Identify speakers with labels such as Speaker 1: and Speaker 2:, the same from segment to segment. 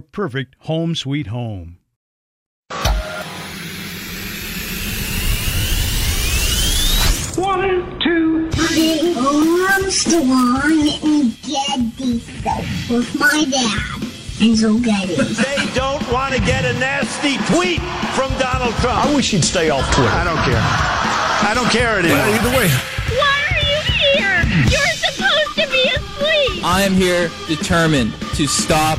Speaker 1: perfect home sweet home.
Speaker 2: One, two, three.
Speaker 3: monster let me get these stuff with my dad. And so get it.
Speaker 4: They don't want to get a nasty tweet from Donald Trump. I wish he'd stay off Twitter. I don't care. I don't care anymore. either way.
Speaker 5: Why are you here? You're supposed to be asleep.
Speaker 6: I am here determined to stop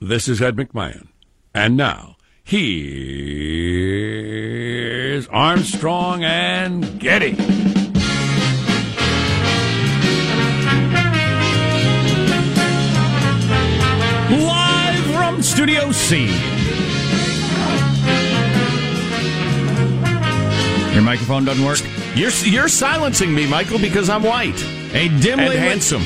Speaker 7: This is Ed McMahon. And now, here's Armstrong and Getty.
Speaker 8: Live from Studio C. Your microphone doesn't work.
Speaker 9: You're you're silencing me, Michael, because I'm white,
Speaker 8: a dimly
Speaker 9: and
Speaker 8: lit-
Speaker 9: handsome.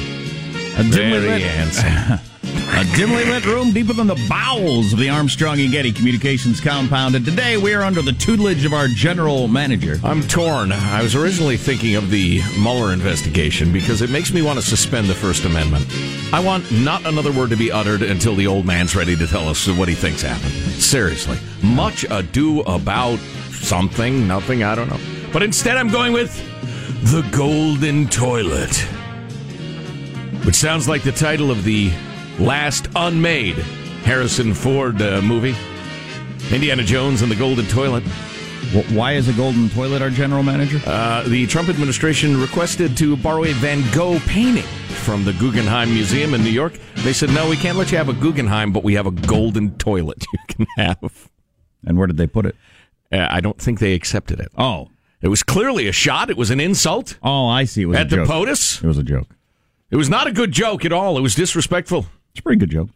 Speaker 8: A dimly
Speaker 9: Very
Speaker 8: lit, a dimly lit room deeper than the bowels of the Armstrong and Getty Communications compound. And today we are under the tutelage of our general manager.
Speaker 9: I'm torn. I was originally thinking of the Mueller investigation because it makes me want to suspend the First Amendment. I want not another word to be uttered until the old man's ready to tell us what he thinks happened. Seriously. Much ado about something, nothing, I don't know. But instead, I'm going with The Golden Toilet, which sounds like the title of the last unmade Harrison Ford uh, movie Indiana Jones and the Golden Toilet.
Speaker 8: Why is a golden toilet our general manager?
Speaker 9: Uh, the Trump administration requested to borrow a Van Gogh painting from the Guggenheim Museum in New York. They said, no, we can't let you have a Guggenheim, but we have a golden toilet you can have.
Speaker 8: And where did they put it?
Speaker 9: Uh, I don't think they accepted it.
Speaker 8: Oh.
Speaker 9: It was clearly a shot. It was an insult.
Speaker 8: Oh, I see. It was a
Speaker 9: At the
Speaker 8: joke.
Speaker 9: POTUS?
Speaker 8: It was a joke.
Speaker 9: It was not a good joke at all. It was disrespectful.
Speaker 8: It's a pretty good joke.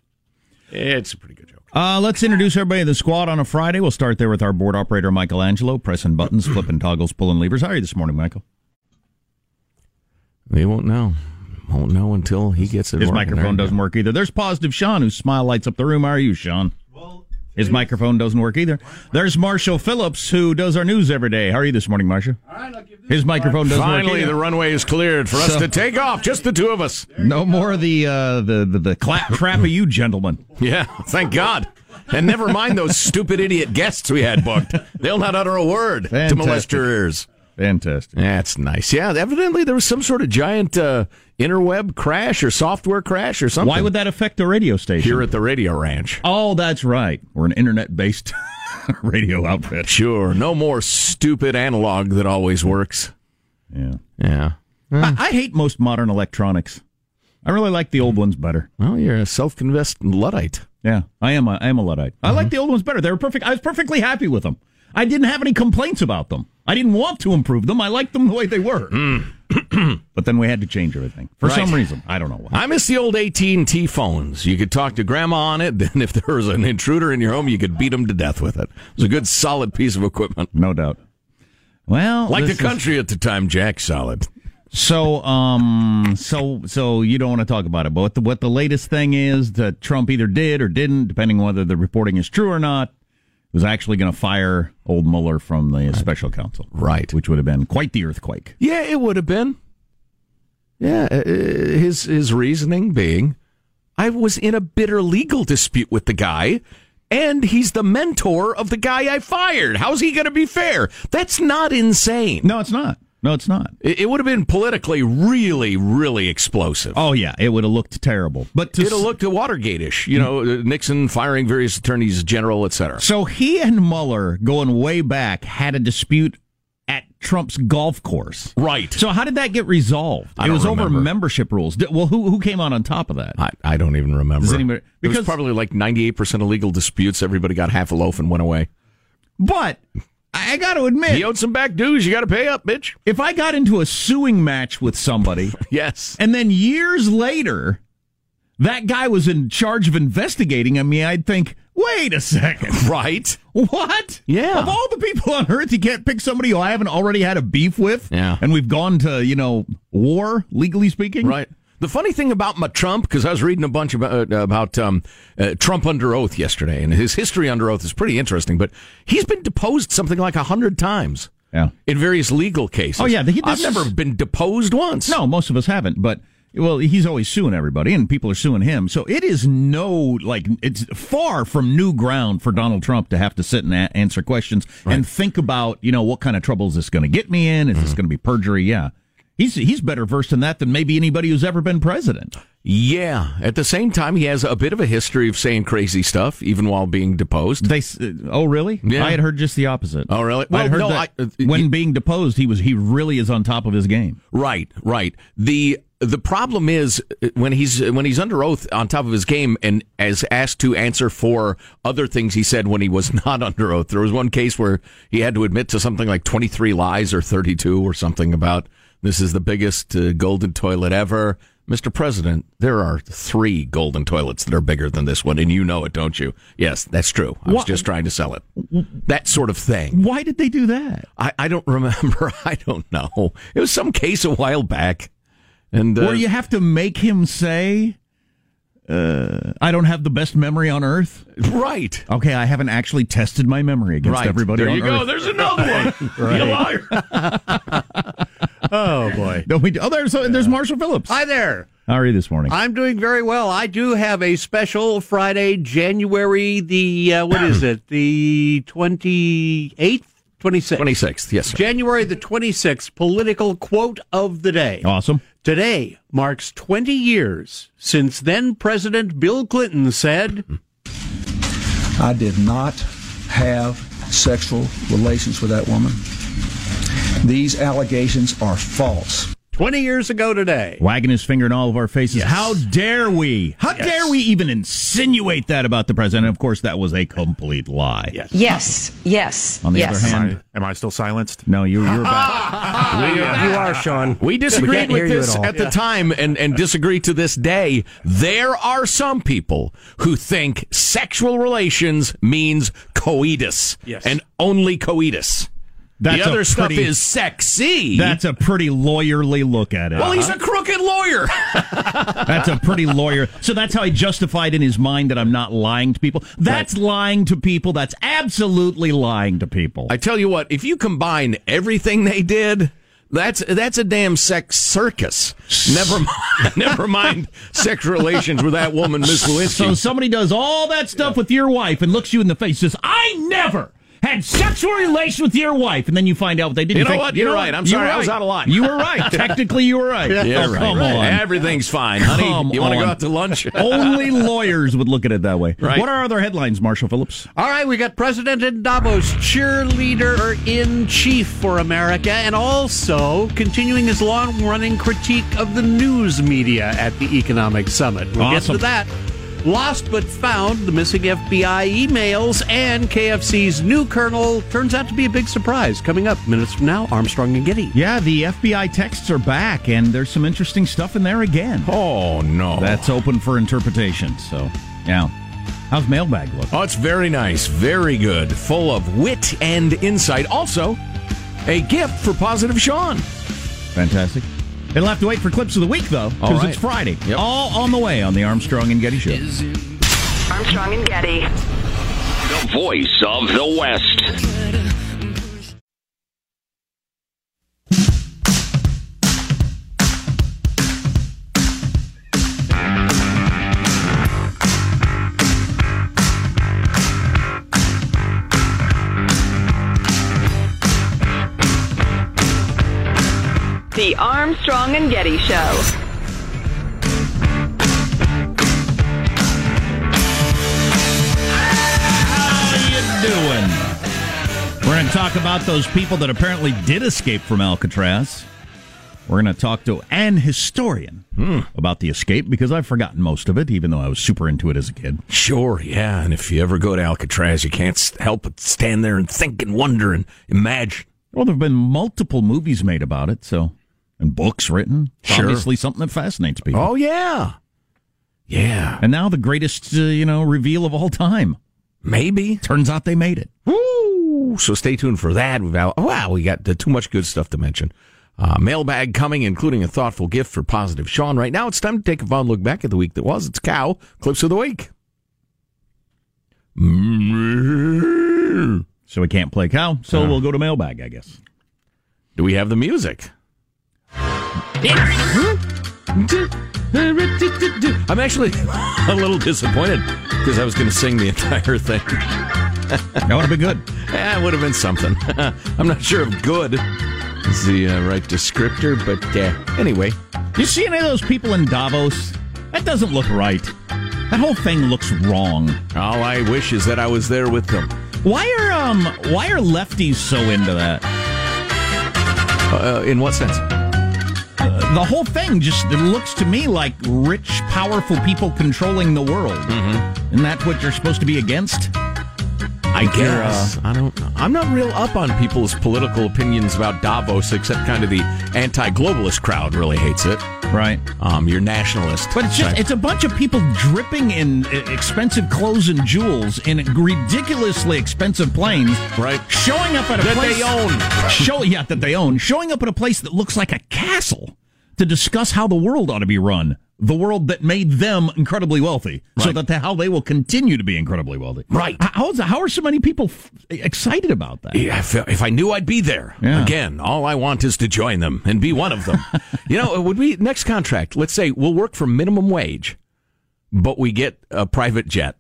Speaker 9: It's a pretty good joke.
Speaker 8: Uh, let's introduce everybody to the squad on a Friday. We'll start there with our board operator, Michelangelo, pressing buttons, flipping toggles, pulling levers. How are you this morning, Michael?
Speaker 9: They won't know. Won't know until he gets it.
Speaker 8: His
Speaker 9: working.
Speaker 8: microphone
Speaker 9: There you
Speaker 8: doesn't work either. There's positive Sean, whose smile lights up the room. How are you, Sean? His microphone doesn't work either. There's Marshall Phillips, who does our news every day. How are you this morning, Marshall? His microphone doesn't work
Speaker 9: Finally,
Speaker 8: either.
Speaker 9: the runway is cleared for us
Speaker 8: So-
Speaker 9: to take off. Just the two of us.
Speaker 8: No more of the uh, the the, the clap trap of you gentlemen.
Speaker 9: Yeah, thank God. And never mind those stupid idiot guests we had booked. They'll not utter a word to molest
Speaker 8: Fantastic.
Speaker 9: your ears.
Speaker 8: Fantastic.
Speaker 9: That's nice. Yeah, evidently there was some sort of giant uh, interweb crash or software crash or something.
Speaker 8: Why would that affect the radio station?
Speaker 9: Here at the radio ranch.
Speaker 8: Oh, that's right. We're an internet based radio outfit.
Speaker 9: Sure. No more stupid analog that always works.
Speaker 8: Yeah.
Speaker 9: Yeah.
Speaker 8: I, I hate most modern electronics. I really like the old ones better.
Speaker 9: Well, you're a self-convinced luddite.
Speaker 8: Yeah, I am. A, I am a luddite. I
Speaker 9: Mm-hmm.
Speaker 8: like the old ones better. They were perfect. I was perfectly happy with them. I didn't have any complaints about them. I didn't want to improve them. I liked them the way they were. but then we had to change everything for
Speaker 9: Hmm. Right.
Speaker 8: some reason. I don't know why.
Speaker 9: I miss the old AT&T phones. You could talk to grandma on it, then if there was an intruder in your home, you could beat them to death with it. It was a good solid piece of equipment.
Speaker 8: No doubt. Well,
Speaker 9: like the
Speaker 8: this is-
Speaker 9: country at the time, Jack, solid.
Speaker 8: So, um, so, so you don't want to talk about it, but what the, what the latest thing is that Trump either did or didn't, depending on whether the reporting is true or not, was actually going to fire old Mueller from the special counsel,
Speaker 9: right?
Speaker 8: Which would have been quite the earthquake.
Speaker 9: Yeah, it would have been. Yeah, uh, uh, his his reasoning being, I was in a bitter legal dispute with the guy, and he's the mentor of the guy I fired. How's he going to be fair? That's not insane.
Speaker 8: No, it's not. No, it's not.
Speaker 9: It, it would have been politically really, really explosive.
Speaker 8: Oh yeah, it would have looked terrible. But to
Speaker 9: It'd have
Speaker 8: s-
Speaker 9: looked Watergate-ish,
Speaker 8: Mm.
Speaker 9: you know, uh, Nixon firing various attorneys general, etc.
Speaker 8: so he and Mueller going way back had a dispute at Trump's golf course,
Speaker 9: right?
Speaker 8: So how did that get resolved?
Speaker 9: I
Speaker 8: it
Speaker 9: don't
Speaker 8: was over
Speaker 9: remember.
Speaker 8: membership rules. Did- Well, who who came out on top of that?
Speaker 9: I, I don't even remember.
Speaker 8: Does anybody-
Speaker 9: it
Speaker 8: because-
Speaker 9: was probably like 98% of legal disputes. Everybody got half a loaf and went away.
Speaker 8: But I got to admit,
Speaker 9: You owed some back dues. You got to pay up, bitch.
Speaker 8: if I got into a suing match with somebody,
Speaker 9: Yes.
Speaker 8: and then years later, that guy was in charge of investigating I mean, I'd think, wait a second.
Speaker 9: Right?
Speaker 8: What?
Speaker 9: Yeah.
Speaker 8: Of all the people on earth, you can't pick somebody who I haven't already had a beef with.
Speaker 9: Yeah.
Speaker 8: And we've gone to, you know, war, legally speaking.
Speaker 9: Right. The funny thing about my Trump, because I was reading a bunch about, about um, uh, Trump under oath yesterday, and his history under oath is pretty interesting, but he's been deposed something like 100 times
Speaker 8: Yeah.
Speaker 9: in various legal cases.
Speaker 8: Oh, yeah, he-
Speaker 9: I've
Speaker 8: this is-
Speaker 9: never been deposed once.
Speaker 8: No, most of us haven't, but well, he's always suing everybody and people are suing him. So it is no like it's far from new ground for Donald Trump to have to sit and a- answer questions and think about, you know, what kind of trouble is this going to get me in? Is
Speaker 9: Mm-hmm.
Speaker 8: this going to be perjury? Yeah. He's he's better versed in that than maybe anybody who's ever been president.
Speaker 9: Yeah. At the same time, he has a bit of a history of saying crazy stuff, even while being deposed.
Speaker 8: They s- oh really?
Speaker 9: Yeah.
Speaker 8: I had heard just the opposite.
Speaker 9: Oh, really?
Speaker 8: I had heard
Speaker 9: no,
Speaker 8: that
Speaker 9: I- uh,
Speaker 8: when being deposed, he was he really is on top of his game.
Speaker 9: Right, right. The the problem is uh, when he's when he's under oath on top of his game and as asked to answer for other things he said when he was not under oath. There was one case where he had to admit to something like 23 lies or 32 or something about this is the biggest uh, golden toilet ever. Mr. President, there are three golden toilets that are bigger than this one, and you know it, don't you? Yes, that's true. I was
Speaker 8: Wha-
Speaker 9: just trying to sell it. That sort of thing.
Speaker 8: Why did they do that?
Speaker 9: I, I don't remember. I don't know. It was some case a while back. And uh,
Speaker 8: Where you have to make him say, uh, "I don't have the best memory on earth."
Speaker 9: right.
Speaker 8: Okay, I haven't actually tested my memory Oh, against
Speaker 9: Right.
Speaker 8: everybody
Speaker 9: there
Speaker 8: on
Speaker 9: you
Speaker 8: earth.
Speaker 9: go. There's another one. You liar.
Speaker 10: Oh boy.
Speaker 8: Don't we? do- Oh, there's there's Marshall Phillips.
Speaker 10: Hi there.
Speaker 8: How are you this morning?
Speaker 10: I'm doing very well. I do have a special Friday, January the uh, what is it? The 28th, 26th.
Speaker 9: 26th. Yes. Sir.
Speaker 10: January the 26th political quote of the day.
Speaker 8: awesome.
Speaker 10: Today marks 20 years since then President Bill Clinton said,
Speaker 11: I did not have sexual relations with that woman. These allegations are false.
Speaker 10: 20 years ago today.
Speaker 8: Wagging his finger in all of our faces. How dare we? How dare we even insinuate that about the president? Of course, that was a complete lie.
Speaker 12: Yes, yes,
Speaker 8: On the
Speaker 12: yes.
Speaker 8: other hand, am I, still silenced? Ah. No, you, you're
Speaker 9: Ah.
Speaker 8: back.
Speaker 9: you are,
Speaker 8: Sean.
Speaker 9: We disagreed with this at the time and, and disagree to this day. There are some people who think sexual relations means coitus
Speaker 8: Yes.
Speaker 9: and only coitus.
Speaker 8: That's
Speaker 9: the
Speaker 8: a
Speaker 9: other stuff
Speaker 8: pretty-
Speaker 9: is sexy.
Speaker 8: That's Uh-huh. a pretty lawyerly look at it.
Speaker 9: well, he's a crooked lawyer.
Speaker 8: That's a pretty lawyer. So that's how he justified in his mind that I'm not lying to people. That's lying to people. That's absolutely lying to people.
Speaker 9: I tell you what, if you combine everything they did, that's that's a damn sex circus. Never mind, never mind sex relations with that woman, Miss Lewinsky.
Speaker 8: So somebody does all that stuff with your wife and looks you in the face and says, I never had sexual relations with your wife. And then you find out what they did.
Speaker 9: You know
Speaker 8: think,
Speaker 9: what? You're
Speaker 8: know
Speaker 9: right.
Speaker 8: what?
Speaker 9: I'm
Speaker 8: You're
Speaker 9: sorry. I was
Speaker 8: right.
Speaker 9: out of line.
Speaker 8: You were right. Technically, you were right.
Speaker 9: Yeah,
Speaker 8: Oh,
Speaker 9: right.
Speaker 8: Come
Speaker 9: right.
Speaker 8: on.
Speaker 9: Everything's fine, honey.
Speaker 8: Come
Speaker 9: you want to go
Speaker 8: on.
Speaker 9: out to lunch?
Speaker 8: Only lawyers would look at it that way.
Speaker 9: Right.
Speaker 8: What are other headlines, Marshall Phillips?
Speaker 10: All right, we got President Davos, cheerleader in chief for America, and also continuing his long running critique of the news media at the economic summit. We'll get
Speaker 8: Awesome.
Speaker 10: to that. Lost but found the missing FBI emails and KFC's new colonel turns out to be a big surprise. Coming up minutes from now, Armstrong and Giddy.
Speaker 8: Yeah, the FBI texts are back, and there's some interesting stuff in there again.
Speaker 9: Oh, no.
Speaker 8: That's open for interpretation. So, yeah. How's mailbag look?
Speaker 9: Oh, it's very nice, very good, full of wit and insight. Also, a gift for Positive Sean.
Speaker 8: Fantastic. It'll have to wait for clips of the week, though,
Speaker 9: All
Speaker 8: because
Speaker 9: right.
Speaker 8: it's Friday. All on the way on the Armstrong and Getty Show.
Speaker 13: Armstrong and Getty.
Speaker 14: The voice of the West.
Speaker 13: The Armstrong and Getty Show.
Speaker 8: doing? We're going to talk about those people that apparently did escape from Alcatraz. We're going to talk to an historian
Speaker 9: Hmm.
Speaker 8: about the escape because I've forgotten most of it, even though I was super into it as a kid.
Speaker 9: Sure, yeah. And if you ever go to Alcatraz, you can't s- help but stand there and think and wonder and imagine.
Speaker 8: Well, there have been multiple movies made about it, so and books written. It's
Speaker 9: Sure.
Speaker 8: Obviously, something that fascinates people.
Speaker 9: Oh, yeah. Yeah.
Speaker 8: And now the greatest, uh, you know, reveal of all time.
Speaker 9: Maybe.
Speaker 8: Turns out they made it.
Speaker 9: Woo! So stay tuned for that. We've got, wow, we got uh, too much good stuff to mention. Uh, mailbag coming, including a thoughtful gift for Positive Sean. Right now, it's time to take a fond look back at the week that was. It's Cow Clips of the Week.
Speaker 8: So we can't play cow, so
Speaker 9: Uh-huh.
Speaker 8: we'll go to mailbag, I guess.
Speaker 9: Do we have the music? I'm actually a little disappointed because I was going to sing the entire thing. that
Speaker 8: would have been good.
Speaker 9: That would have been something. I'm not sure if good is the uh, right descriptor, but uh, anyway.
Speaker 8: You see any of those people in Davos? That doesn't look right. That whole thing looks wrong.
Speaker 9: All I wish is that I was there with them.
Speaker 8: Why are um why are lefties so into that?
Speaker 9: Uh, in what sense?
Speaker 8: Uh, the whole thing just it looks to me like rich, powerful people controlling the world. Mm-hmm. Isn't that what you're supposed to be against?
Speaker 9: I
Speaker 8: Like you're, uh,
Speaker 9: guess I don't. I'm not real up on people's political opinions about Davos, except kind of the anti-globalist crowd really hates it.
Speaker 8: Right.
Speaker 9: Um, your nationalist.
Speaker 8: But it's just
Speaker 9: type.
Speaker 8: it's a bunch of people dripping in uh, expensive clothes and jewels in ridiculously expensive planes.
Speaker 9: Right.
Speaker 8: Showing up at a
Speaker 9: That
Speaker 8: place
Speaker 9: they own.
Speaker 8: Show yeah, that they own. Showing up at a place that looks like a castle to discuss how the world ought to be run. The world that made them incredibly wealthy, so that the, how they will continue to be incredibly wealthy. Right? How, is- how are so many people f- excited about that?
Speaker 9: Yeah, if, if I knew I'd be there
Speaker 8: Yeah.
Speaker 9: again, all I want is to join them and be one of them. you know, would we next contract? Let's say we'll work for minimum wage, but we get a private jet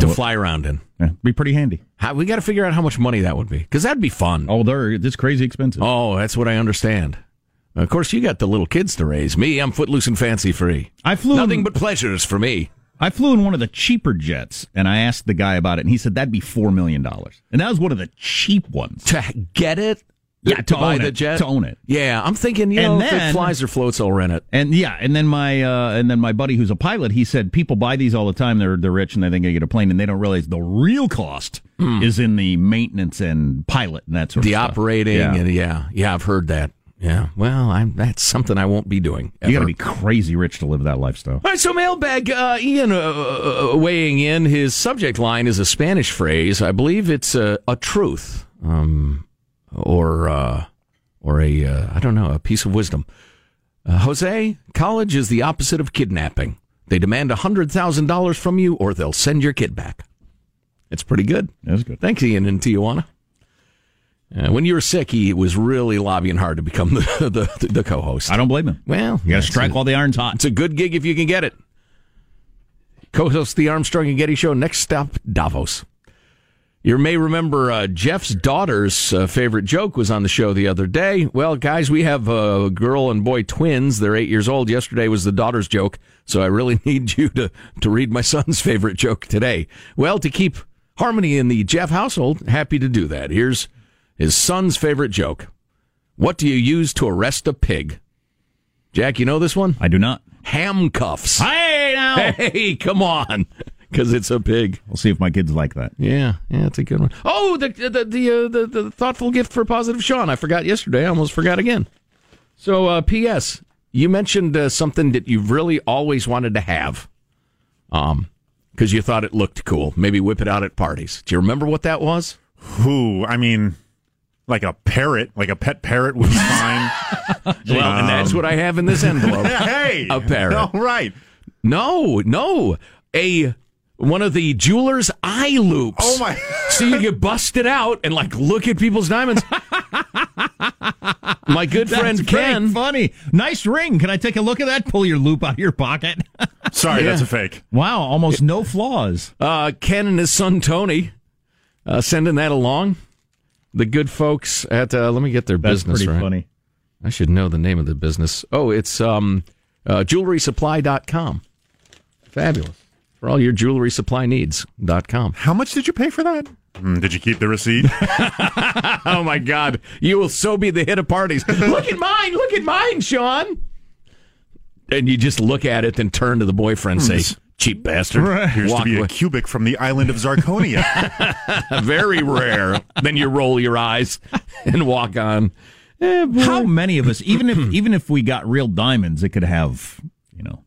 Speaker 9: to fly around in.
Speaker 8: Yeah, be pretty handy.
Speaker 9: How, we got to figure out how much money that would be because that'd be fun.
Speaker 8: Oh, they're it's crazy expensive.
Speaker 9: Oh, that's what I understand. Of course, you got the little kids to raise. Me, I'm footloose and fancy free.
Speaker 8: I flew
Speaker 9: nothing
Speaker 8: in-
Speaker 9: but pleasures for me.
Speaker 8: I flew in one of the cheaper jets, and I asked the guy about it, and he said that'd be four million dollars, and that was one of the cheap ones
Speaker 9: to get it.
Speaker 8: Yeah, to
Speaker 9: buy
Speaker 8: own
Speaker 9: the
Speaker 8: it,
Speaker 9: jet?
Speaker 8: to own it.
Speaker 9: Yeah, I'm thinking, you know, if it flies
Speaker 8: or floats, I'll rent it. And yeah, and then my uh, and then my buddy who's a pilot, he said people buy these all the time. They're they're rich and they think they get a plane, and they don't realize the real cost is in the maintenance and pilot and that sort
Speaker 9: Hmm. the
Speaker 8: of stuff.
Speaker 9: operating, and yeah, yeah, I've heard that. Yeah, well, I'm that's something I won't be doing.
Speaker 8: You got to be crazy rich to live that lifestyle.
Speaker 9: All right, so mailbag. Uh, Ian uh, uh, uh, weighing in. His subject line is a Spanish phrase. I believe it's a, a truth, um, or uh, or a uh, I don't know, a piece of wisdom. Uh, Jose, college is the opposite of kidnapping. They demand hundred thousand dollars from you, or they'll send your kid back. It's pretty good.
Speaker 8: That's good.
Speaker 9: Thanks, Ian in Tijuana. Uh, when you were sick, he was really lobbying hard to become the the, the co-host. I
Speaker 8: don't blame him.
Speaker 9: Well,
Speaker 8: You got to strike while the iron's hot.
Speaker 9: It's a good gig if you can get it. Co-host the Armstrong and Getty Show. Next stop, Davos. You may remember uh, Jeff's daughter's uh, favorite joke was on the show the other day. Well, guys, we have uh, girl and boy twins. They're eight years old. Yesterday was the daughter's joke, so I really need you to, to read my son's favorite joke today. Well, to keep harmony in the Jeff household, happy to do that. Here's his son's favorite joke What do you use to arrest a pig? Jack, you know this one?
Speaker 8: I do not.
Speaker 9: Handcuffs.
Speaker 8: Hey, now.
Speaker 9: Hey, come on. Because it's a pig.
Speaker 8: We'll see if my kids like that.
Speaker 9: Yeah, yeah, it's a good one. Oh, the the the, uh, the the thoughtful gift for positive Sean. I forgot yesterday. I almost forgot again. So, uh, P.S. You mentioned uh, something that you've really always wanted to have, um, because you thought it looked cool. Maybe whip it out at parties. Do you remember what that was?
Speaker 15: Who? I mean, like a parrot, like a pet parrot would be fine. well,
Speaker 9: Well, and that's what I have in this envelope.
Speaker 15: hey,
Speaker 9: a parrot.
Speaker 15: All right.
Speaker 9: No, no, a one of the jeweler's eye loops.
Speaker 15: Oh, my.
Speaker 9: so you could bust it out and like look at people's diamonds. my good
Speaker 8: That's
Speaker 9: friend
Speaker 8: pretty
Speaker 9: Ken.
Speaker 8: Funny. Nice ring. Can I take a look at that? Pull your loop out of your pocket.
Speaker 15: Sorry,
Speaker 9: Yeah.
Speaker 15: that's a fake.
Speaker 8: Wow, almost no flaws.
Speaker 9: Uh, Ken and his son Tony uh, sending that along. The good folks at uh, let me get their
Speaker 8: That's
Speaker 9: business
Speaker 8: pretty
Speaker 9: right.
Speaker 8: funny.
Speaker 9: I should know the name of the business. Oh, it's um, uh, jewelrysupply.com. Fabulous. For all your jewelry supply needs, dot com.
Speaker 15: How much did you pay for that? Mm, did you keep the receipt?
Speaker 9: oh my God! You will so be the hit of parties. look at mine. Look at mine, Sean. And you just look at it, then turn to the boyfriend, and say, "Cheap bastard."
Speaker 15: Appears
Speaker 9: Walk
Speaker 15: to be
Speaker 9: away.
Speaker 15: a cubic from the island of Zarconia.
Speaker 9: Very rare. then you roll your eyes and walk on. Eh,
Speaker 8: How many of us, even
Speaker 15: Hmm.
Speaker 8: if even if we got real diamonds, it could have you know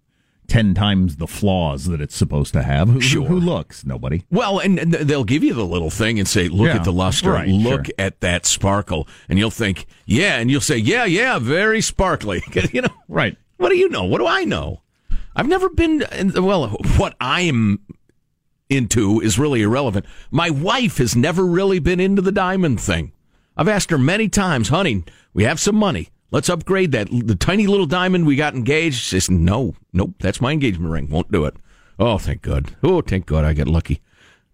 Speaker 8: ten times the flaws that it's supposed to have. Who,
Speaker 9: Sure.
Speaker 8: who looks? Nobody.
Speaker 9: Well, and and they'll give you the little thing and say, "Look
Speaker 8: Yeah,
Speaker 9: at the luster,
Speaker 8: right,
Speaker 9: look
Speaker 8: sure.
Speaker 9: at that sparkle," and you'll think, "Yeah," and you'll say, "Yeah, yeah, very sparkly." 'Cause, you know,
Speaker 8: right?
Speaker 9: What do you know? What do I know? I've never been. and, Well, what I'm into is really irrelevant. My wife has never really been into the diamond thing. I've asked her many times, honey, we have some money. Let's upgrade that the tiny little diamond we got engaged. She says, no, nope, that's my engagement ring. Won't do it. Oh, thank God. Oh, thank God I got lucky.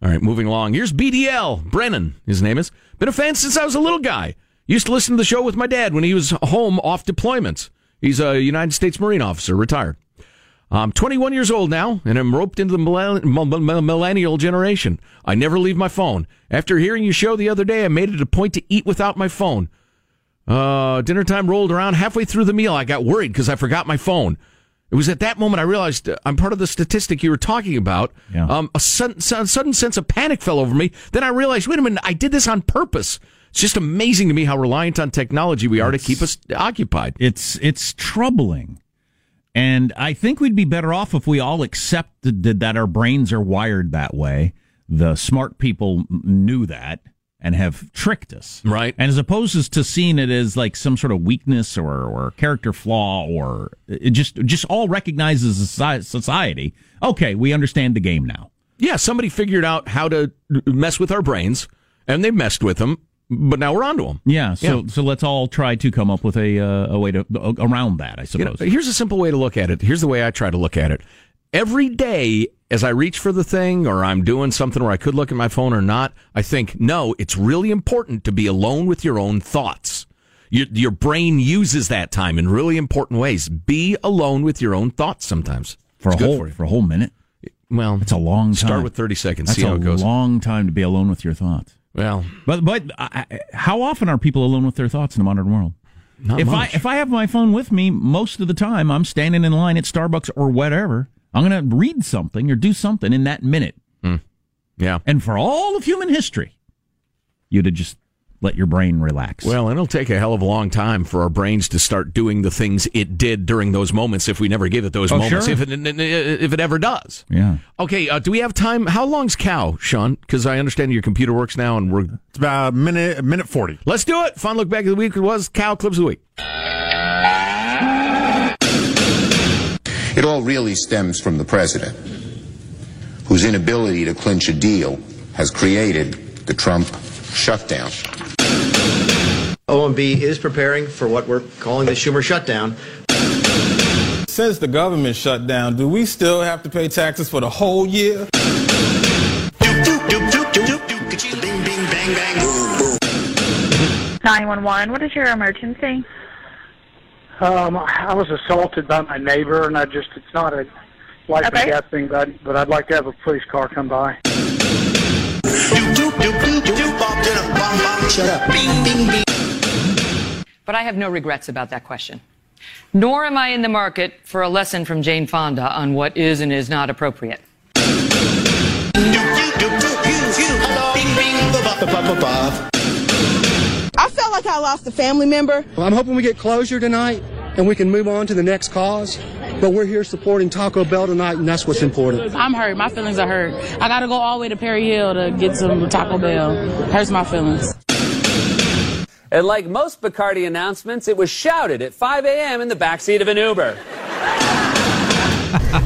Speaker 9: All right, moving along. Here's BDL. Brennan, his name is. Been a fan since I was a little guy. Used to listen to the show with my dad when he was home off deployments. He's a United States Marine officer, retired. I'm 21 years old now, and I'm roped into the millenn- mil- mil- millennial generation. I never leave my phone. After hearing your show the other day, I made it a point to eat without my phone. Uh, dinner time rolled around. Halfway through the meal, I got worried because I forgot my phone. It was at that moment I realized uh, I'm part of the statistic you were talking about. Um, a sudden, sudden sudden sense of panic fell over me. Then I realized, wait a minute, I did this on purpose. It's just amazing to me how reliant on technology we are to keep us occupied.
Speaker 8: It's it's troubling, and I think we'd be better off if we all accepted that- that our brains are wired that way. The smart people knew that and have tricked us,
Speaker 9: right?
Speaker 8: And as opposed as to seeing it as like some sort of weakness or or character flaw or it just just all recognizes soci- society. Okay, we understand the game now.
Speaker 9: Yeah, somebody figured out how to mess with our brains, and they messed with them, but now we're onto them.
Speaker 8: Yeah, so so let's all try to come up with a uh, a way to around that. I
Speaker 9: You know,
Speaker 8: suppose.
Speaker 9: here's a simple way to look at it. Here's the way I try to look at it. Every day, as I reach for the thing, or I'm doing something where I could look at my phone or not, I think, no, it's really important to be alone with your own thoughts. Your, your brain uses that time in really important ways. Be alone with your own thoughts sometimes.
Speaker 8: for
Speaker 9: It's
Speaker 8: a
Speaker 9: good
Speaker 8: whole
Speaker 9: for
Speaker 8: for,
Speaker 9: you.
Speaker 8: a whole minute.
Speaker 9: Well,
Speaker 8: it's a long time.
Speaker 9: Start with 30 seconds,
Speaker 8: That's
Speaker 9: see how
Speaker 8: a
Speaker 9: it goes.
Speaker 8: Long time to be alone with your thoughts.
Speaker 9: Well,
Speaker 8: but but I, I- how often are people alone with their thoughts in the modern world?
Speaker 9: Not
Speaker 8: if I
Speaker 9: much.
Speaker 8: if I have my phone with me most of the time, I'm standing in line at Starbucks or whatever. I'm going to read something or do something in that minute.
Speaker 9: Yeah,
Speaker 8: and for all of human history, you'd have just let your brain relax.
Speaker 9: Well, it'll take a hell of a long time for our brains to start doing the things it did during those moments if we never give it those
Speaker 8: Oh,
Speaker 9: moments,
Speaker 8: sure.
Speaker 9: if, it, if it ever does.
Speaker 8: yeah.
Speaker 9: Okay, uh, do we have time? How long's cow, Sean? Because I understand your computer works now, and we're it's
Speaker 15: about a minute minute forty.
Speaker 9: Let's do it. Fun look back of the week was cow clips of the week.
Speaker 16: It all really stems from the president, whose inability to clinch a deal has created the Trump shutdown.
Speaker 17: OMB is preparing for what we're calling the Schumer shutdown.
Speaker 18: Since the government shut down, do we still have to pay taxes for the whole year?
Speaker 19: Nine one one. What is your emergency?
Speaker 20: Um, I was assaulted by my neighbor, and I just, it's not a life and death thing, but, but I'd like to have a police car come by.
Speaker 21: Shut up.
Speaker 22: But I have no regrets about that question. Nor am I in the market for a lesson from Jane Fonda on what is and is not appropriate.
Speaker 23: I felt like I lost a family member.
Speaker 24: Well, I'm hoping we get closure tonight and we can move on to the next cause. But we're here supporting Taco Bell tonight, and that's what's important.
Speaker 25: I'm hurt. My feelings are hurt. I gotta go all the way to Perry Hill to get some Taco Bell. Hurts my feelings.
Speaker 26: And like most Bacardi announcements, it was shouted at 5 a.m. in the backseat of an Uber.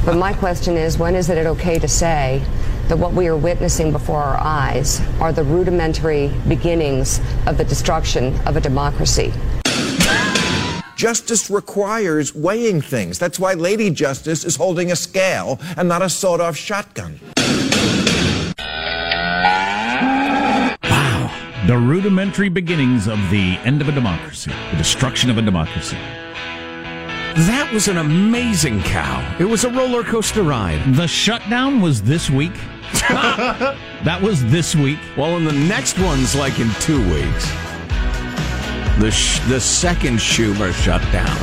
Speaker 27: But my question is when is it okay to say that what we are witnessing before our eyes are the rudimentary beginnings of the destruction of a democracy?
Speaker 26: Justice requires weighing things. That's why Lady Justice is holding a scale and not a sawed off shotgun.
Speaker 8: The rudimentary beginnings of the end of a democracy, the destruction of a democracy.
Speaker 9: That was an amazing cow. It was a roller coaster ride.
Speaker 8: The shutdown was this week. that was this week.
Speaker 9: Well, and the next one's like in two weeks. The sh- the second Schumer shutdown.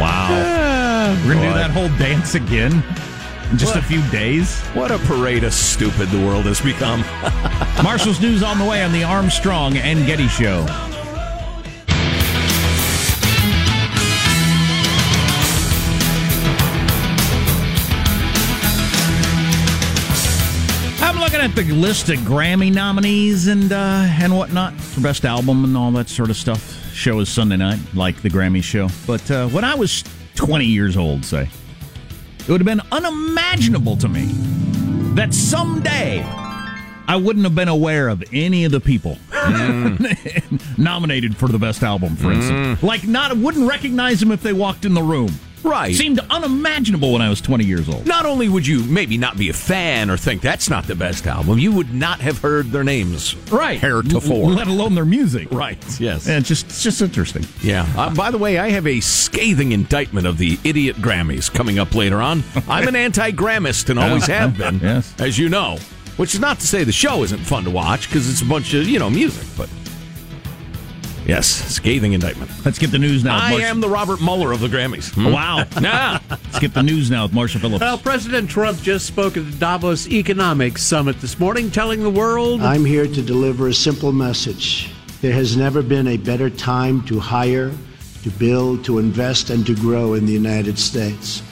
Speaker 9: wow.
Speaker 8: We're going to do that whole dance again in just a few days.
Speaker 9: What a parade of stupid the world has become.
Speaker 8: Marshall's news on the way on the Armstrong and Getty Show. I'm looking at the list of Grammy nominees and uh, and whatnot for best album and all that sort of stuff. Show is Sunday night, like the Grammy show. But uh, when I was 20 years old, say, it would have been unimaginable to me that someday I wouldn't have been aware of any of the people
Speaker 9: Mm.
Speaker 8: nominated for the best album, for instance. Like, not wouldn't recognize them if they walked in the room.
Speaker 9: Right.
Speaker 8: Seemed unimaginable when I was 20 years old.
Speaker 9: Not only would you maybe not be a fan or think that's not the best album, you would not have heard their names
Speaker 8: right
Speaker 9: heretofore.
Speaker 8: Let alone their music.
Speaker 9: Right. Yes.
Speaker 8: Yeah, it's just it's just interesting.
Speaker 9: Yeah. Uh, by the way, I have a scathing indictment of the idiot Grammys coming up later on. I'm an anti-Grammist and always
Speaker 8: Yeah.
Speaker 9: have been,
Speaker 8: Yes.
Speaker 9: as you know. Which is not to say the show isn't fun to watch because it's a bunch of you know music, but yes, scathing indictment.
Speaker 8: Let's get the news now.
Speaker 9: I
Speaker 8: Marsh-
Speaker 9: am the Robert Mueller of the Grammys. Hmm?
Speaker 8: Wow.
Speaker 9: Nah.
Speaker 8: Let's get the news now with Marsha Phillips.
Speaker 10: Well, President Trump just spoke at the Davos Economic Summit this morning, telling the world
Speaker 23: I'm here to deliver a simple message. There has never been a better time to hire, to build, to invest, and to grow in the United States.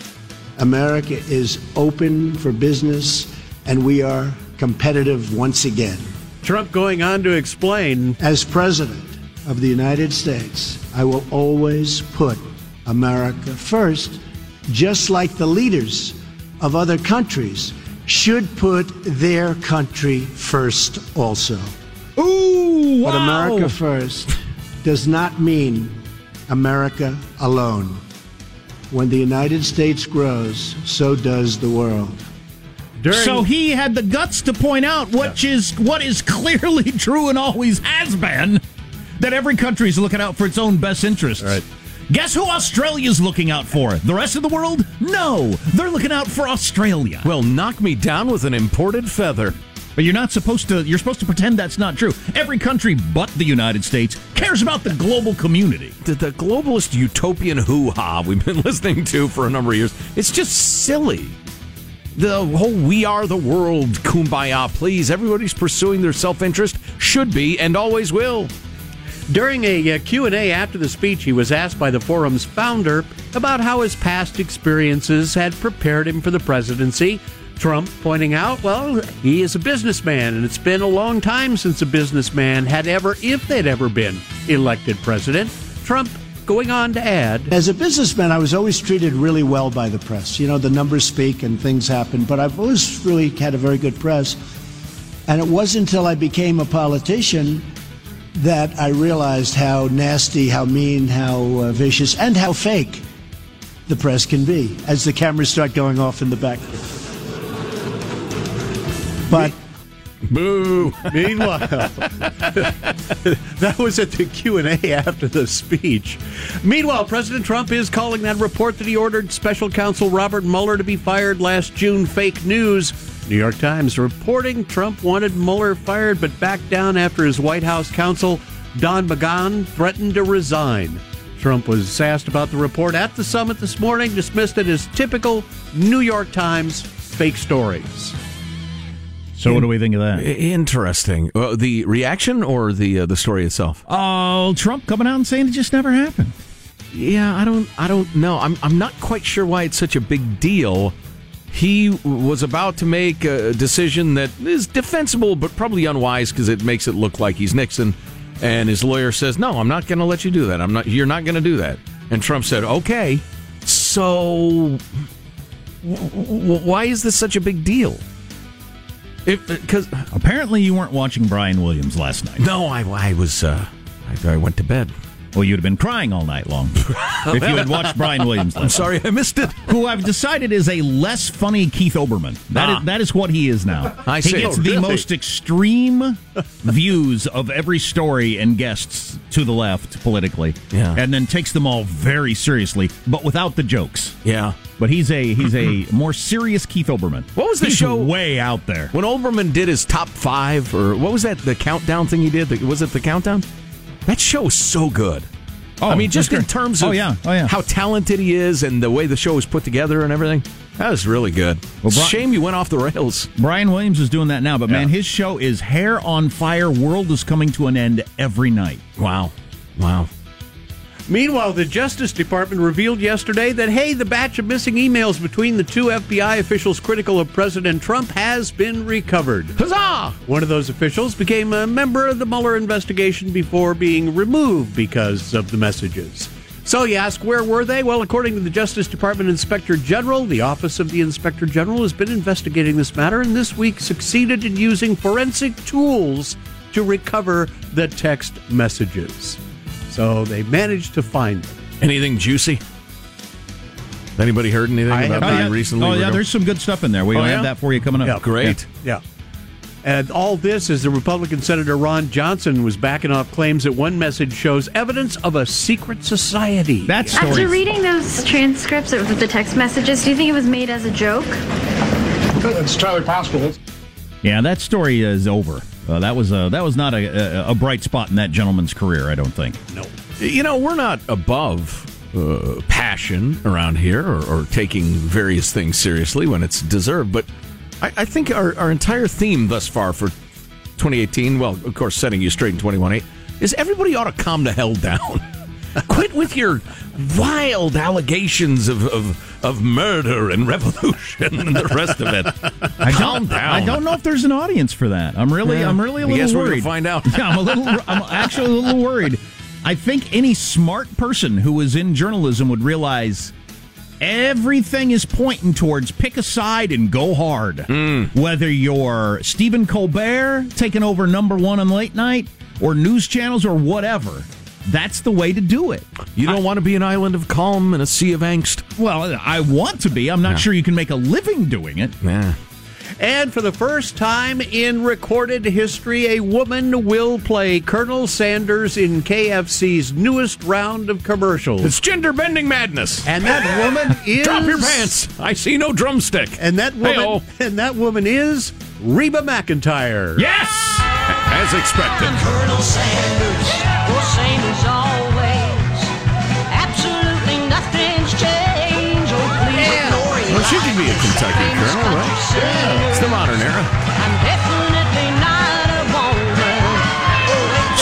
Speaker 23: America is open for business, and we are competitive once again.
Speaker 10: Trump going on to explain
Speaker 23: As president of the United States, I will always put America first, just like the leaders of other countries should put their country first also.
Speaker 8: Ooh,
Speaker 23: But
Speaker 8: wow.
Speaker 23: America first does not mean America alone. When the United States grows, so does the world.
Speaker 8: so he had the guts to point out which is what is clearly true and always has been that every country is looking out for its own best interests. Guess who Australia's looking out for? The rest of the world? No, they're looking out for Australia.
Speaker 9: Well, knock me down with an imported feather.
Speaker 8: But you're not supposed to. You're supposed to pretend that's not true. Every country but the United States cares about the global community.
Speaker 9: The, the globalist utopian hoo ha we've been listening to for a number of years. It's just silly. The whole we are the world kumbaya, please. Everybody's pursuing their self interest, should be, and always will.
Speaker 10: During a uh, Q&A after the speech, he was asked by the forum's founder about how his past experiences had prepared him for the presidency. Trump pointing out, well, he is a businessman, and it's been a long time since a businessman had ever, if they'd ever been, elected president. Trump going on to add,
Speaker 23: As a businessman, I was always treated really well by the press. You know, the numbers speak and things happen, but I've always really had a very good press. And it wasn't until I became a politician that I realized how nasty, how mean, how uh, vicious, and how fake the press can be as the cameras start going off in the back. But.
Speaker 10: Boo! Meanwhile, that was at the Q and A after the speech. Meanwhile, President Trump is calling that report that he ordered special counsel Robert Mueller to be fired last June fake news. New York Times reporting Trump wanted Mueller fired, but backed down after his White House counsel Don McGahn threatened to resign. Trump was asked about the report at the summit this morning, dismissed it as typical New York Times fake stories.
Speaker 8: So, what do we think of that?
Speaker 9: Interesting. Uh, the reaction or the uh, the story itself?
Speaker 8: Oh, Trump coming out and saying it just never happened.
Speaker 9: Yeah, I don't, I don't know. I'm, I'm not quite sure why it's such a big deal. He was about to make a decision that is defensible, but probably unwise because it makes it look like he's Nixon. And his lawyer says, "No, I'm not going to let you do that. I'm not. You're not going to do that." And Trump said, "Okay." So, w- w- why is uh, this such a big deal?
Speaker 8: because apparently you weren't watching Brian Williams last night.
Speaker 9: No, I, I was. Uh, I, I, went to bed.
Speaker 8: Well, you'd have been crying all night long if you had watched Brian Williams.
Speaker 9: I'm sorry, I missed it.
Speaker 8: Who I've decided is a less funny Keith Oberman. That ah. is, that is what he is now.
Speaker 9: I see.
Speaker 8: He gets oh, really? the most extreme views of every story and guests to the left politically,
Speaker 9: yeah.
Speaker 8: and then takes them all very seriously, but without the jokes.
Speaker 9: Yeah.
Speaker 8: But he's a he's a more serious Keith Olbermann.
Speaker 9: What was the
Speaker 8: he's
Speaker 9: show
Speaker 8: way out there
Speaker 9: when Olbermann did his top five or what was that the countdown thing he did? Was it the countdown? That show was so good. Oh, I mean, just in terms of
Speaker 8: oh, yeah. Oh, yeah.
Speaker 9: how talented he is and the way the show was put together and everything. That was really good. Well, Brian, shame you went off the rails.
Speaker 8: Brian Williams is doing that now, but yeah. man, his show is hair on fire. World is coming to an end every night.
Speaker 9: Wow, wow.
Speaker 10: Meanwhile, the Justice Department revealed yesterday that, hey, the batch of missing emails between the two FBI officials critical of President Trump has been recovered.
Speaker 9: Huzzah!
Speaker 10: One of those officials became a member of the Mueller investigation before being removed because of the messages. So you ask, where were they? Well, according to the Justice Department Inspector General, the Office of the Inspector General has been investigating this matter and this week succeeded in using forensic tools to recover the text messages. So they managed to find them.
Speaker 9: Anything juicy? Anybody heard anything I about that
Speaker 8: yeah.
Speaker 9: recently?
Speaker 8: Oh, yeah, there's some good stuff in there. We'll oh, yeah? have that for you coming up.
Speaker 9: Yeah, great.
Speaker 10: Yeah. And all this is the Republican Senator Ron Johnson was backing off claims that one message shows evidence of a secret society.
Speaker 8: That story.
Speaker 28: After reading those transcripts of the text messages, do you think it was made as a joke?
Speaker 29: It's entirely possible.
Speaker 8: Yeah, that story is over. Uh, that was a, that was not a, a, a, bright spot in that gentleman's career, I don't think.
Speaker 10: No,
Speaker 9: you know we're not above uh, passion around here or, or, taking various things seriously when it's deserved. But I, I think our, our entire theme thus far for 2018, well, of course, setting you straight in 21.8, is everybody ought to calm the hell down. Quit with your wild allegations of, of, of murder and revolution and the rest of it.
Speaker 8: I Calm down. I don't know if there's an audience for that. I'm really, yeah. I'm really a little
Speaker 9: I guess
Speaker 8: worried.
Speaker 9: We're find out.
Speaker 8: yeah, I'm a little. I'm actually a little worried. I think any smart person who is in journalism would realize everything is pointing towards pick a side and go hard.
Speaker 9: Mm.
Speaker 8: Whether you're Stephen Colbert taking over number one on late night or news channels or whatever that's the way to do it.
Speaker 9: You don't I, want to be an island of calm and a sea of angst.
Speaker 8: Well, I want to be. I'm not yeah. sure you can make a living doing it.
Speaker 9: Yeah.
Speaker 10: And for the first time in recorded history, a woman will play Colonel Sanders in KFC's newest round of commercials.
Speaker 9: It's gender bending madness.
Speaker 10: And that woman is
Speaker 9: Drop your pants. I see no drumstick.
Speaker 10: And that woman Hey-o. and that woman is Reba McIntyre.
Speaker 9: Yes! As expected.
Speaker 3: Colonel Sanders, the same as always. Absolutely nothing's changed. Oh, please ignore
Speaker 9: Well, she could be a Kentucky colonel, right? Yeah. It's the modern era.
Speaker 3: I'm definitely not a woman.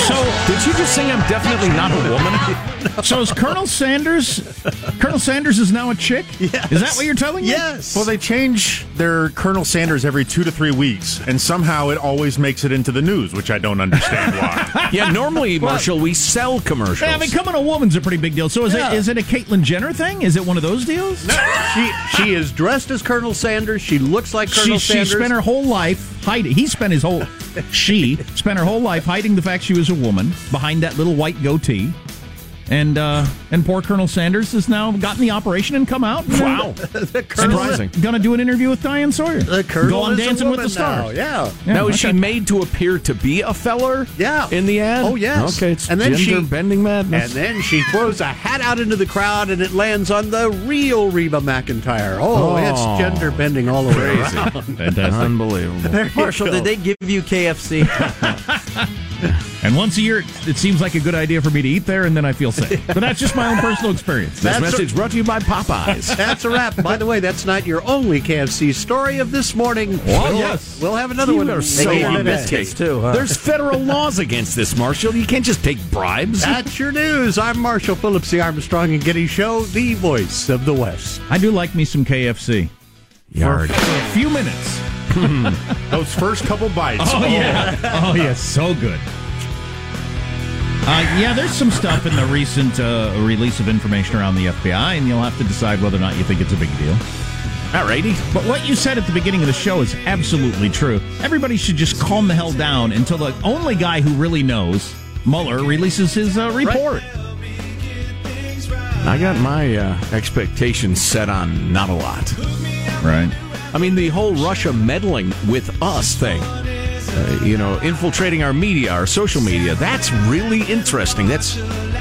Speaker 9: So, did you just sing I'm definitely not a woman?
Speaker 8: So is Colonel Sanders? Colonel Sanders is now a chick. Is that what you're telling me?
Speaker 10: Yes.
Speaker 15: Well, they change their Colonel Sanders every two to three weeks, and somehow it always makes it into the news, which I don't understand why.
Speaker 9: yeah, normally, Marshall, we sell commercials.
Speaker 8: Yeah, I mean, coming a woman's a pretty big deal. So is
Speaker 10: Yeah.
Speaker 8: it is it a Caitlyn Jenner thing? Is it one of those deals? No.
Speaker 10: She she is dressed as Colonel Sanders. She looks like Colonel
Speaker 8: She, she
Speaker 10: Sanders.
Speaker 8: spent her whole life hiding. He spent his whole she spent her whole life hiding the fact she was a woman behind that little white goatee. And uh, and poor Colonel Sanders has now gotten the operation and come out. and-
Speaker 9: Wow.
Speaker 10: the
Speaker 8: and
Speaker 10: Colonel,
Speaker 8: is Gonna do an interview with Diane Sawyer.
Speaker 10: the Colonel
Speaker 8: Go on
Speaker 10: is a
Speaker 8: dancing with
Speaker 10: woman
Speaker 8: the
Speaker 10: now.
Speaker 8: stars.
Speaker 10: Yeah.
Speaker 9: now, is
Speaker 8: okay.
Speaker 9: she made to appear to be a feller?
Speaker 10: Yeah.
Speaker 9: In the ad?
Speaker 10: Oh yes.
Speaker 9: Okay, it's
Speaker 10: and then
Speaker 9: gender
Speaker 10: she,
Speaker 9: bending
Speaker 10: And
Speaker 9: madness.
Speaker 10: then she throws a hat out into the crowd, and it lands on the real Reba McIntyre. Oh,
Speaker 9: Oh.
Speaker 10: it's gender bending all the way around.
Speaker 8: Fantastic.
Speaker 9: Unbelievable.
Speaker 10: There you
Speaker 7: Marshall,
Speaker 10: go.
Speaker 7: did they give you KFC?
Speaker 8: And once a year, it, it seems like a good idea for me to eat there, and then I feel sick. But that's just my own personal experience.
Speaker 10: That's This message
Speaker 8: brought to you by Popeyes.
Speaker 10: That's a wrap. By the way, that's not your only KFC story of this morning.
Speaker 9: Oh,
Speaker 10: we'll,
Speaker 9: yes.
Speaker 10: We'll have another
Speaker 9: You
Speaker 10: one.
Speaker 9: are
Speaker 10: later
Speaker 9: so
Speaker 10: today.
Speaker 9: on biscuits too.
Speaker 7: huh?
Speaker 9: There's federal laws against this, Marshall. You can't just take bribes.
Speaker 10: That's your news. I'm Marshall Phillips, the Armstrong and Getty Show, the voice of the West.
Speaker 8: I do like me some KFC.
Speaker 9: Yard.
Speaker 8: For a few minutes.
Speaker 15: Those first couple bites.
Speaker 8: oh yeah, so good. Uh, yeah, there's some stuff in the recent uh, release of information around the FBI, and you'll have to decide whether or not you think it's a big deal.
Speaker 9: Alrighty.
Speaker 8: But what you said at the beginning of the show is absolutely true. Everybody should just calm the hell down until the only guy who really knows, Mueller, releases his uh, report.
Speaker 9: I got my uh, expectations set on not a lot.
Speaker 8: Right.
Speaker 9: I mean, the whole Russia meddling with us thing, uh, you know, infiltrating our media, our social media, that's really interesting. That's,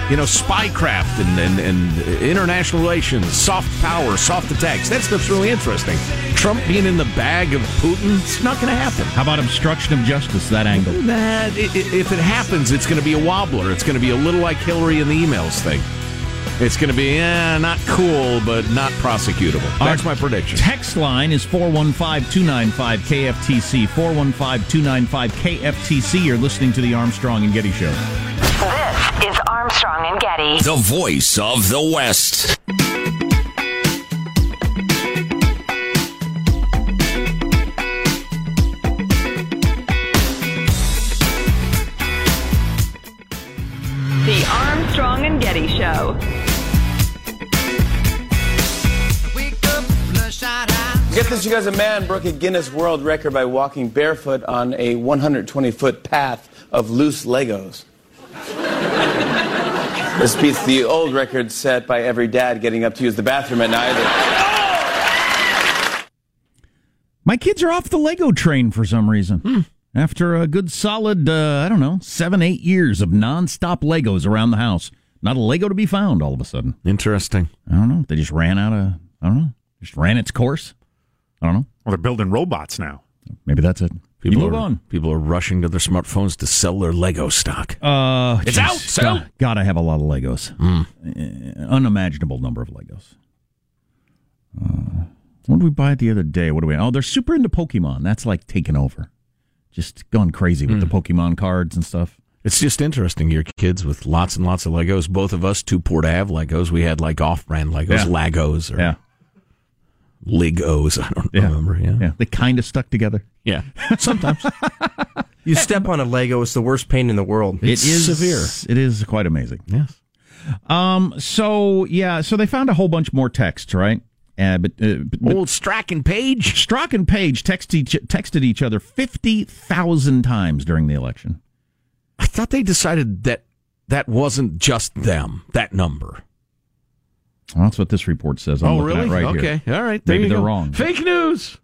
Speaker 9: you know, spycraft and, and, and international relations, soft power, soft attacks. That stuff's really interesting. Trump being in the bag of Putin, it's not going to happen.
Speaker 8: How about obstruction of justice, that angle?
Speaker 9: That, i- i- if it happens, it's going to be a wobbler. It's going to be a little like Hillary and the emails thing. It's going to be eh, not cool, but not prosecutable. That's my prediction.
Speaker 8: Text line is 415 295 KFTC. 415 295 KFTC. You're listening to the Armstrong and Getty Show.
Speaker 5: This is Armstrong and Getty.
Speaker 14: The voice of the West.
Speaker 13: The Armstrong and Getty Show.
Speaker 30: Get this, you guys. A man broke a Guinness World Record by walking barefoot on a 120 foot path of loose Legos. this beats the old record set by every dad getting up to use the bathroom at night.
Speaker 8: My kids are off the Lego train for some reason.
Speaker 15: Hmm.
Speaker 8: After a good solid, uh, I don't know, seven, eight years of nonstop Legos around the house. Not a Lego to be found all of a sudden.
Speaker 9: Interesting.
Speaker 8: I don't know. They just ran out of, I don't know, just ran its course. I don't know.
Speaker 15: Well, they're building robots now.
Speaker 8: Maybe that's it.
Speaker 9: People
Speaker 8: you move
Speaker 9: are,
Speaker 8: on.
Speaker 9: People are rushing to their smartphones to sell their Lego stock.
Speaker 8: Uh,
Speaker 9: It's
Speaker 8: jeez.
Speaker 9: out, it's
Speaker 8: God,
Speaker 9: out.
Speaker 8: God, I have a lot of Legos.
Speaker 9: Hmm.
Speaker 8: Uh, unimaginable number of Legos. Uh, what did we buy the other day? What do we? Oh, they're super into Pokemon. That's like taken over. Just gone crazy with the Pokemon cards and stuff.
Speaker 9: It's just interesting. Your kids with lots and lots of Legos. Both of us, too poor to have Legos. We had like off-brand Legos,
Speaker 8: Yeah.
Speaker 9: Lagos or
Speaker 8: Yeah.
Speaker 9: Ligos. I don't remember. Yeah.
Speaker 8: Yeah, they kind of stuck together.
Speaker 9: Yeah.
Speaker 7: Sometimes. you step on a Lego, it's the worst pain in the world.
Speaker 8: it is It is quite amazing. Yes. Um. So yeah. So they found a whole bunch more texts, right? Uh, but, uh, but
Speaker 9: old Strack and Page,
Speaker 8: Strack and Page text each, texted each other fifty thousand times during the election.
Speaker 9: I thought they decided that that wasn't just them. That number.
Speaker 8: Well, that's what this report says.
Speaker 15: Oh,
Speaker 8: I'm looking at right here.
Speaker 9: Oh, okay. All right. There
Speaker 8: Maybe
Speaker 9: you
Speaker 8: they're
Speaker 9: go.
Speaker 8: wrong.
Speaker 9: Fake news.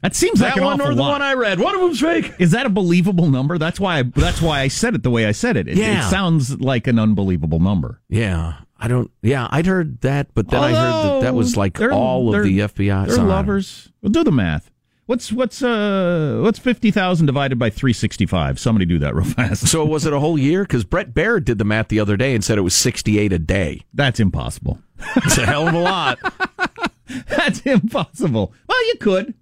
Speaker 8: That seems
Speaker 9: That
Speaker 8: like an
Speaker 9: one
Speaker 8: awful
Speaker 9: or the
Speaker 8: lot.
Speaker 9: one I read. One of them's fake.
Speaker 8: Is that a believable number? That's why. I, that's why I said it the way I said it. It,
Speaker 9: Yeah.
Speaker 8: it sounds like an unbelievable number.
Speaker 9: Yeah. I don't. Yeah, I'd heard that, but then I heard that that was like
Speaker 8: Although they're-
Speaker 9: all of
Speaker 8: they're-
Speaker 9: the FBI.
Speaker 8: They're lovers. Well, do the math. What's what's uh what's fifty thousand divided by three sixty five? Somebody do that real fast.
Speaker 9: So was it a whole year? Because Brett Baird did the math the other day and said it was sixty eight a day.
Speaker 8: That's impossible.
Speaker 9: It's a hell of a lot.
Speaker 8: That's impossible. Well, you could.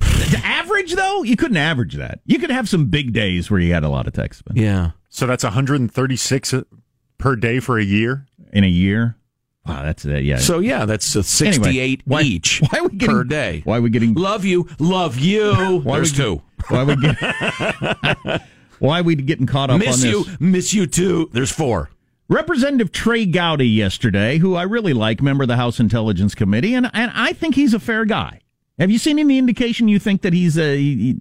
Speaker 8: to average though, you couldn't average that. You could have some big days where you had a lot of text. But
Speaker 9: yeah.
Speaker 15: So that's 136 per day for a year.
Speaker 8: In a year. Wow, that's it. Yeah.
Speaker 9: So yeah, that's uh, sixty eight
Speaker 8: why-
Speaker 9: each.
Speaker 8: why we getting-
Speaker 9: per day?
Speaker 8: Why are we getting
Speaker 9: Love you, love you.
Speaker 8: Why
Speaker 9: There's
Speaker 8: we-
Speaker 9: two.
Speaker 8: Why we get, Why we getting caught up
Speaker 9: miss
Speaker 8: on this?
Speaker 9: you, miss you too. There's four.
Speaker 8: Representative Trey Gowdy yesterday, who I really like, member of the House Intelligence Committee, and and I think he's a fair guy. Have you seen any indication you think that he's a he-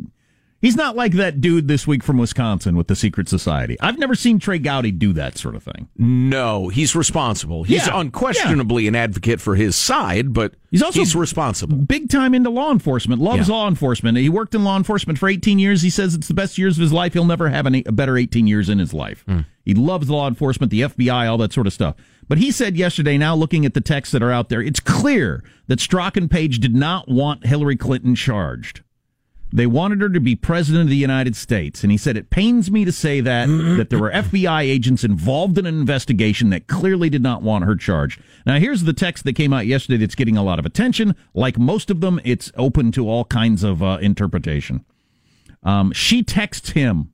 Speaker 8: he's not like that dude this week from Wisconsin with the secret society? I've never seen Trey Gowdy do that sort of thing.
Speaker 9: No, he's responsible. He's
Speaker 8: Yeah,
Speaker 9: unquestionably an advocate for his side, but
Speaker 8: He's also
Speaker 9: responsible.
Speaker 8: Big time into law enforcement, loves law enforcement. He worked in law enforcement for 18 years. He says it's the best years of his life. He'll never have any, a better 18 years in his life. He loves law enforcement, the FBI, all that sort of stuff. But he said yesterday, now looking at the texts that are out there, it's clear that Strzok and Page did not want Hillary Clinton charged. They wanted her to be president of the United States. And he said, It pains me to say that, that there were FBI agents involved in an investigation that clearly did not want her charged. Now, here's the text that came out yesterday that's getting a lot of attention. Like most of them, it's open to all kinds of uh, interpretation. Um, she texts him.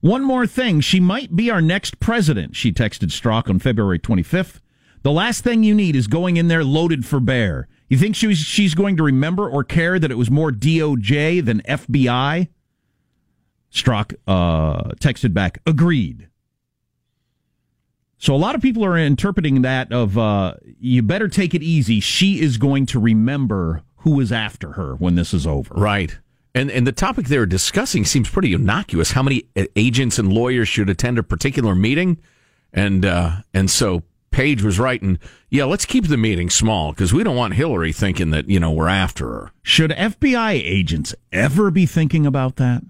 Speaker 8: One more thing. She might be our next president, she texted Strzok on February 25th. The last thing you need is going in there loaded for bear. You think she was, she's going to remember or care that it was more DOJ than FBI? Strzok uh, texted back, agreed. So a lot of people are interpreting that of uh, you better take it easy. She is going to remember who was after her when this is over.
Speaker 9: Right. And and the topic they're discussing seems pretty innocuous. How many uh, agents and lawyers should attend a particular meeting? And uh, and so Page was writing, yeah, let's keep the meeting small because we don't want Hillary thinking that you know we're after her.
Speaker 8: Should FBI agents ever be thinking about that?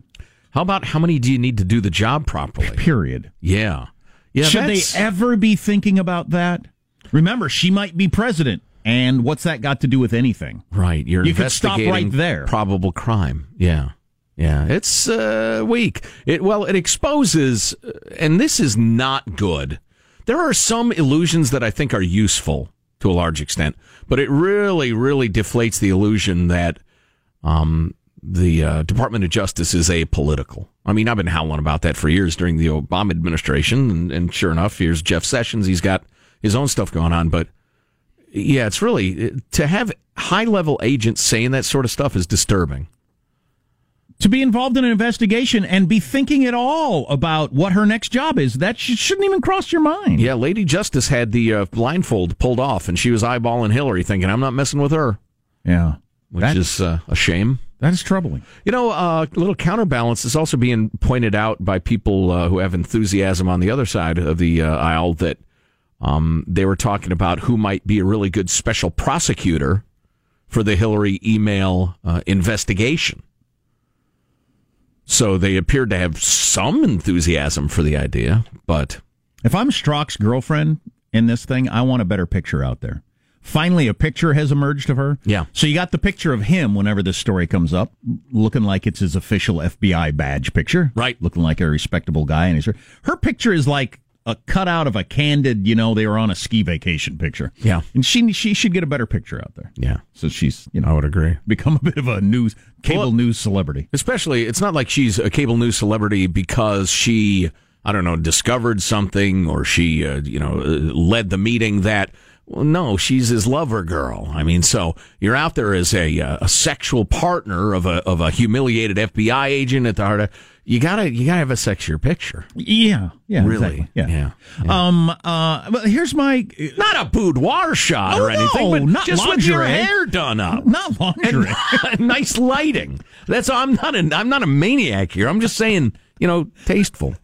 Speaker 9: How about how many do you need to do the job properly?
Speaker 8: Period.
Speaker 9: Yeah, yeah.
Speaker 8: Should
Speaker 9: that's-
Speaker 8: they ever be thinking about that? Remember, she might be president, and what's that got to do with anything?
Speaker 9: Right, you're
Speaker 8: You could stop
Speaker 9: investigating
Speaker 8: right there.
Speaker 9: Probable crime. Yeah, yeah. It's uh, weak. It well, it exposes, uh, and this is not good. There are some illusions that I think are useful to a large extent, but it really, really deflates the illusion that um, the uh, Department of Justice is apolitical. I mean, I've been howling about that for years during the Obama administration, and, and sure enough, here's Jeff Sessions. He's got his own stuff going on, but yeah, it's really uh, to have high level agents saying that sort of stuff is disturbing.
Speaker 8: To be involved in an investigation and be thinking at all about what her next job is, that sh- shouldn't even cross your mind.
Speaker 9: Yeah, Lady Justice had the uh, blindfold pulled off, and she was eyeballing Hillary, thinking, "I'm not messing with her,"
Speaker 8: Yeah.
Speaker 9: which is uh, a shame.
Speaker 8: That is troubling.
Speaker 9: You know, uh, a little counterbalance is also being pointed out by people uh, who have enthusiasm on the other side of the uh, aisle that um, they were talking about who might be a really good special prosecutor for the Hillary email uh, investigation. So they appeared to have some enthusiasm for the idea, but
Speaker 8: If I'm Strzok's girlfriend in this thing, I want a better picture out there. Finally, a picture has emerged of her.
Speaker 9: Yeah.
Speaker 8: So you got the picture of him whenever this story comes up, looking like it's his official FBI badge picture.
Speaker 9: Right.
Speaker 8: Looking like a respectable guy. And he's her. Her picture is like a cutout of a candid, you know, they were on a ski vacation picture.
Speaker 9: Yeah.
Speaker 8: And she she should get a better picture out there.
Speaker 9: yeah.
Speaker 8: So she's, you know, I would
Speaker 9: agree.
Speaker 8: become a bit of a news, cable
Speaker 9: Well,
Speaker 8: news celebrity.
Speaker 9: Especially, it's not like she's a cable news celebrity because she, I don't know, discovered something or she, uh, you know, uh, led the meeting that. Well, no, she's his lover girl. I mean, so you're out there as a, uh, a sexual partner of a of a humiliated FBI agent at the heart of. You gotta you gotta have a sexier picture.
Speaker 8: Yeah. Yeah.
Speaker 9: really?
Speaker 8: exactly. Yeah.
Speaker 9: yeah.
Speaker 8: Um, uh, but here's my.
Speaker 9: Not a boudoir shot
Speaker 8: Oh,
Speaker 9: or anything,
Speaker 8: no,
Speaker 9: but
Speaker 8: not
Speaker 9: just with your
Speaker 8: lingerie.
Speaker 9: hair done up.
Speaker 8: Not lingerie.
Speaker 9: nice lighting. That's I'm not a I'm not a maniac here. I'm just saying, you know, tasteful.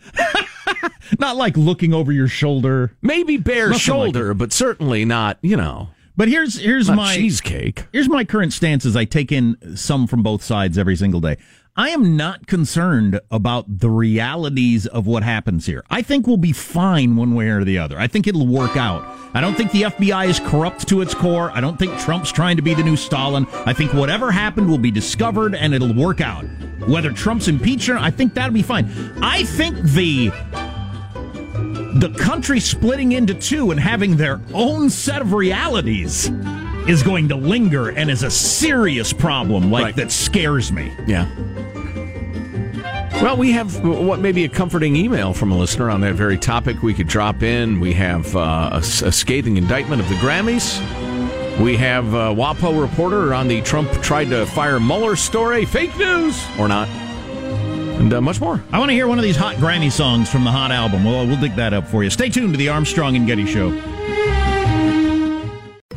Speaker 8: not like looking over your shoulder.
Speaker 9: Maybe bare
Speaker 8: Nothing
Speaker 9: shoulder, but certainly not, you know,
Speaker 8: But here's here's
Speaker 9: not
Speaker 8: my
Speaker 9: cheesecake.
Speaker 8: here's my current stance as I take in some from both sides every single day. I am not concerned about the realities of what happens here. I think we'll be fine one way or the other. I think it'll work out. I don't think the FBI is corrupt to its core. I don't think Trump's trying to be the new Stalin. I think whatever happened will be discovered and it'll work out. Whether Trump's impeached or I think that'll be fine. I think the the country splitting into two and having their own set of realities is going to linger and is a serious problem like that scares me.
Speaker 9: Yeah. Well, we have what may be a comforting email from a listener on that very topic. We could drop in. We have uh, a, s- a scathing indictment of the Grammys. We have a WAPO reporter on the Trump tried to fire Mueller story, fake news or not, and uh, much more.
Speaker 8: I want to hear one of these hot Grammy songs from the hot album. Well, we'll dig that up for you. Stay tuned to the Armstrong and Getty Show.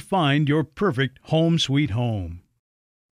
Speaker 1: find your perfect home sweet home.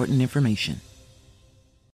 Speaker 31: information.